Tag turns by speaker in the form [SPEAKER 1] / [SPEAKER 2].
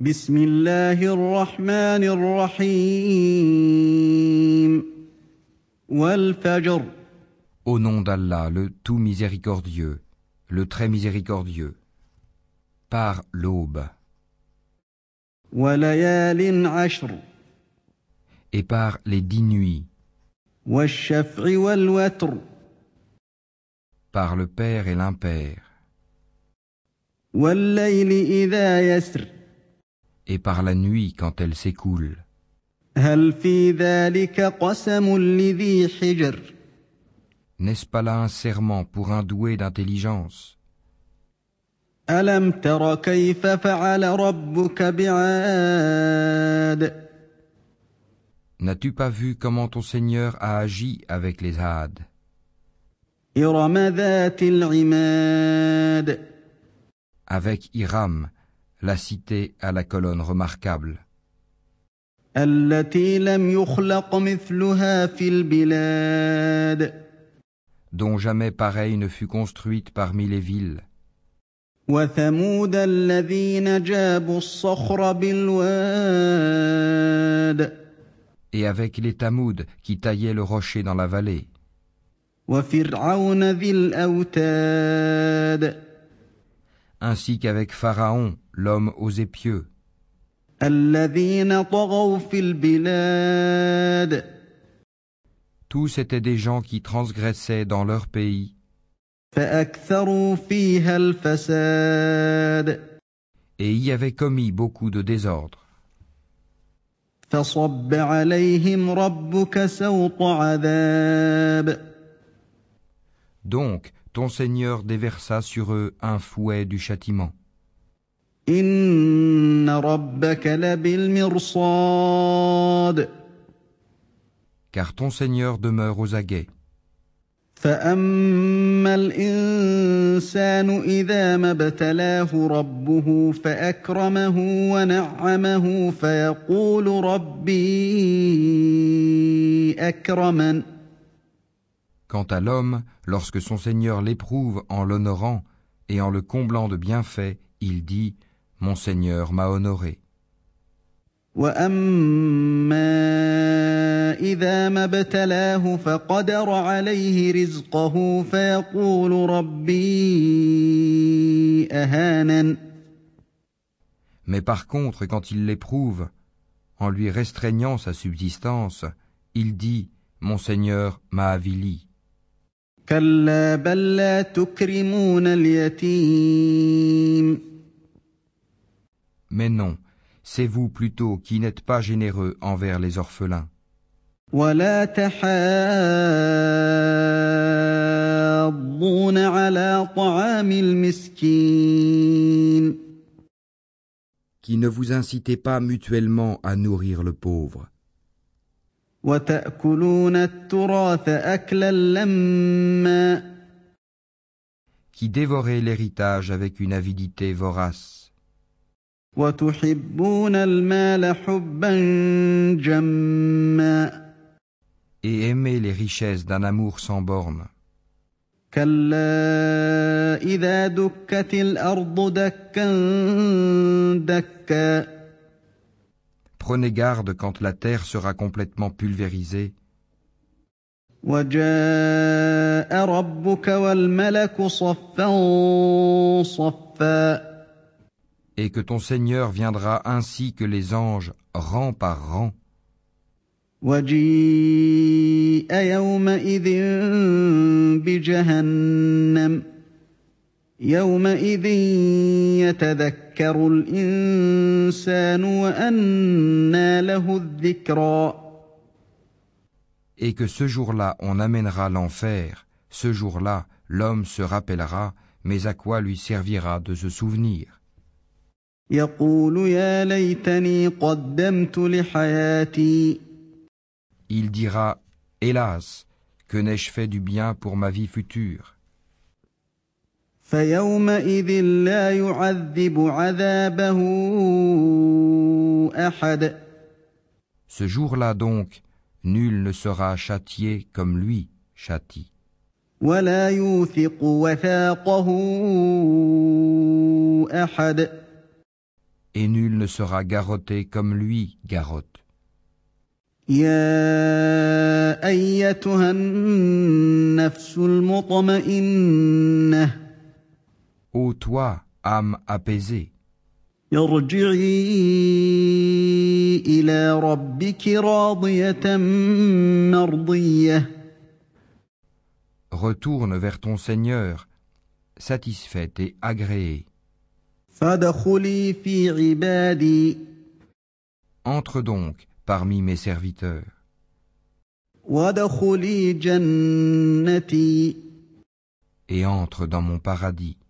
[SPEAKER 1] بسم الله الرحمن الرحيم والفجر
[SPEAKER 2] Au nom d'Allah, le tout miséricordieux, le très miséricordieux. Par l'aube,
[SPEAKER 1] وليال عشر
[SPEAKER 2] et par les dix nuits,
[SPEAKER 1] والشفع والوتر
[SPEAKER 2] par le Père et l'impère,
[SPEAKER 1] والليل إذا يسر
[SPEAKER 2] et par la nuit quand elle s'écoule.
[SPEAKER 1] هل في ذلك قسم لذي حجر
[SPEAKER 2] N'est-ce pas là un serment pour un doué d'intelligence
[SPEAKER 1] ألم تر كيف فعل ربك بعاد
[SPEAKER 2] N'as-tu pas vu comment ton Seigneur a agi avec les Hades,
[SPEAKER 1] إرم ذات العماد
[SPEAKER 2] avec Hiram, la cité à la colonne remarquable,
[SPEAKER 1] التي لم يخلق مثلها في البلاد
[SPEAKER 2] dont jamais pareille ne fut construite parmi les villes,
[SPEAKER 1] وثمود الذين جابوا الصخر بالواد
[SPEAKER 2] et avec les Tamouds qui taillaient le rocher dans la vallée,
[SPEAKER 1] وفرعون ذي الاوتاد
[SPEAKER 2] ainsi qu'avec Pharaon, l'homme aux épieux,
[SPEAKER 1] الذين طغوا في البلاد
[SPEAKER 2] Tous étaient des gens qui transgressaient dans leur pays
[SPEAKER 1] فاكثروا فيها الفساد
[SPEAKER 2] et y avaient commis beaucoup de désordres.
[SPEAKER 1] فصب عليهم ربك سوط عذاب
[SPEAKER 2] Donc ton Seigneur déversa sur eux un fouet du châtiment.
[SPEAKER 1] إن ربك لبالمرصاد
[SPEAKER 2] Car ton Seigneur demeure aux aguets.
[SPEAKER 1] فأما الإنسان إذا ما ابتلاه ربه فأكرمه ونعمه فيقول ربي أكرمن
[SPEAKER 2] Quant à l'homme, lorsque son Seigneur l'éprouve en l'honorant et en le comblant de bienfaits, il dit Mon Seigneur m'a honoré.
[SPEAKER 1] وأما إذا ما ابتلاه فقدر عليه رزقه فيقول ربي أهانن
[SPEAKER 2] Mais par contre, quand il l'éprouve, en lui restreignant sa subsistance, il dit Mon Seigneur m'a avili.
[SPEAKER 1] كلا بل لا تكرمون اليتيم
[SPEAKER 2] Mais non, c'est vous plutôt qui n'êtes pas généreux envers les orphelins,
[SPEAKER 1] ولا تحاضون على طعام المسكين
[SPEAKER 2] qui ne vous incitez pas mutuellement à nourrir le pauvre,
[SPEAKER 1] وتأكلون التراث أكلا لما
[SPEAKER 2] qui dévorez l'héritage avec une avidité vorace,
[SPEAKER 1] وتحبون المال حبا جما
[SPEAKER 2] et aimez les richesses d'un amour sans bornes.
[SPEAKER 1] كلا إذا دكت الأرض دكا دكا
[SPEAKER 2] Prenez garde quand la terre sera complètement pulvérisée,
[SPEAKER 1] وجاء ربك والملك صفا صفا
[SPEAKER 2] et que ton Seigneur viendra ainsi que les anges, rang par rang,
[SPEAKER 1] وجيء يومئذ بجهنم يومئذ يتذكر الإنسان وأنى له الذكرى
[SPEAKER 2] et que ce jour-là on amènera l'enfer, ce jour-là l'homme se rappellera, mais à quoi lui servira de se souvenir
[SPEAKER 1] يقول يا ليتني قدمت لحياتي
[SPEAKER 2] Il dira Hélas, que n'ai-je fait du bien pour ma vie future
[SPEAKER 1] فيومئذ لا يعذب عذابه أحد
[SPEAKER 2] Ce jour-là donc, nul ne sera châtié comme lui châtie,
[SPEAKER 1] ولا يوثق وثاقه أحد
[SPEAKER 2] et nul ne sera garrotté comme lui garrotte.
[SPEAKER 1] يا ايتها النفس المطمئنه
[SPEAKER 2] Ô toi, âme apaisée,
[SPEAKER 1] ارجعي الى ربك راضيه مرضيه
[SPEAKER 2] retourne vers ton Seigneur, satisfaite et agréée.
[SPEAKER 1] فادخلي في عبادي
[SPEAKER 2] Entre donc parmi mes serviteurs,
[SPEAKER 1] وادخلي جنتي
[SPEAKER 2] et entre dans mon paradis.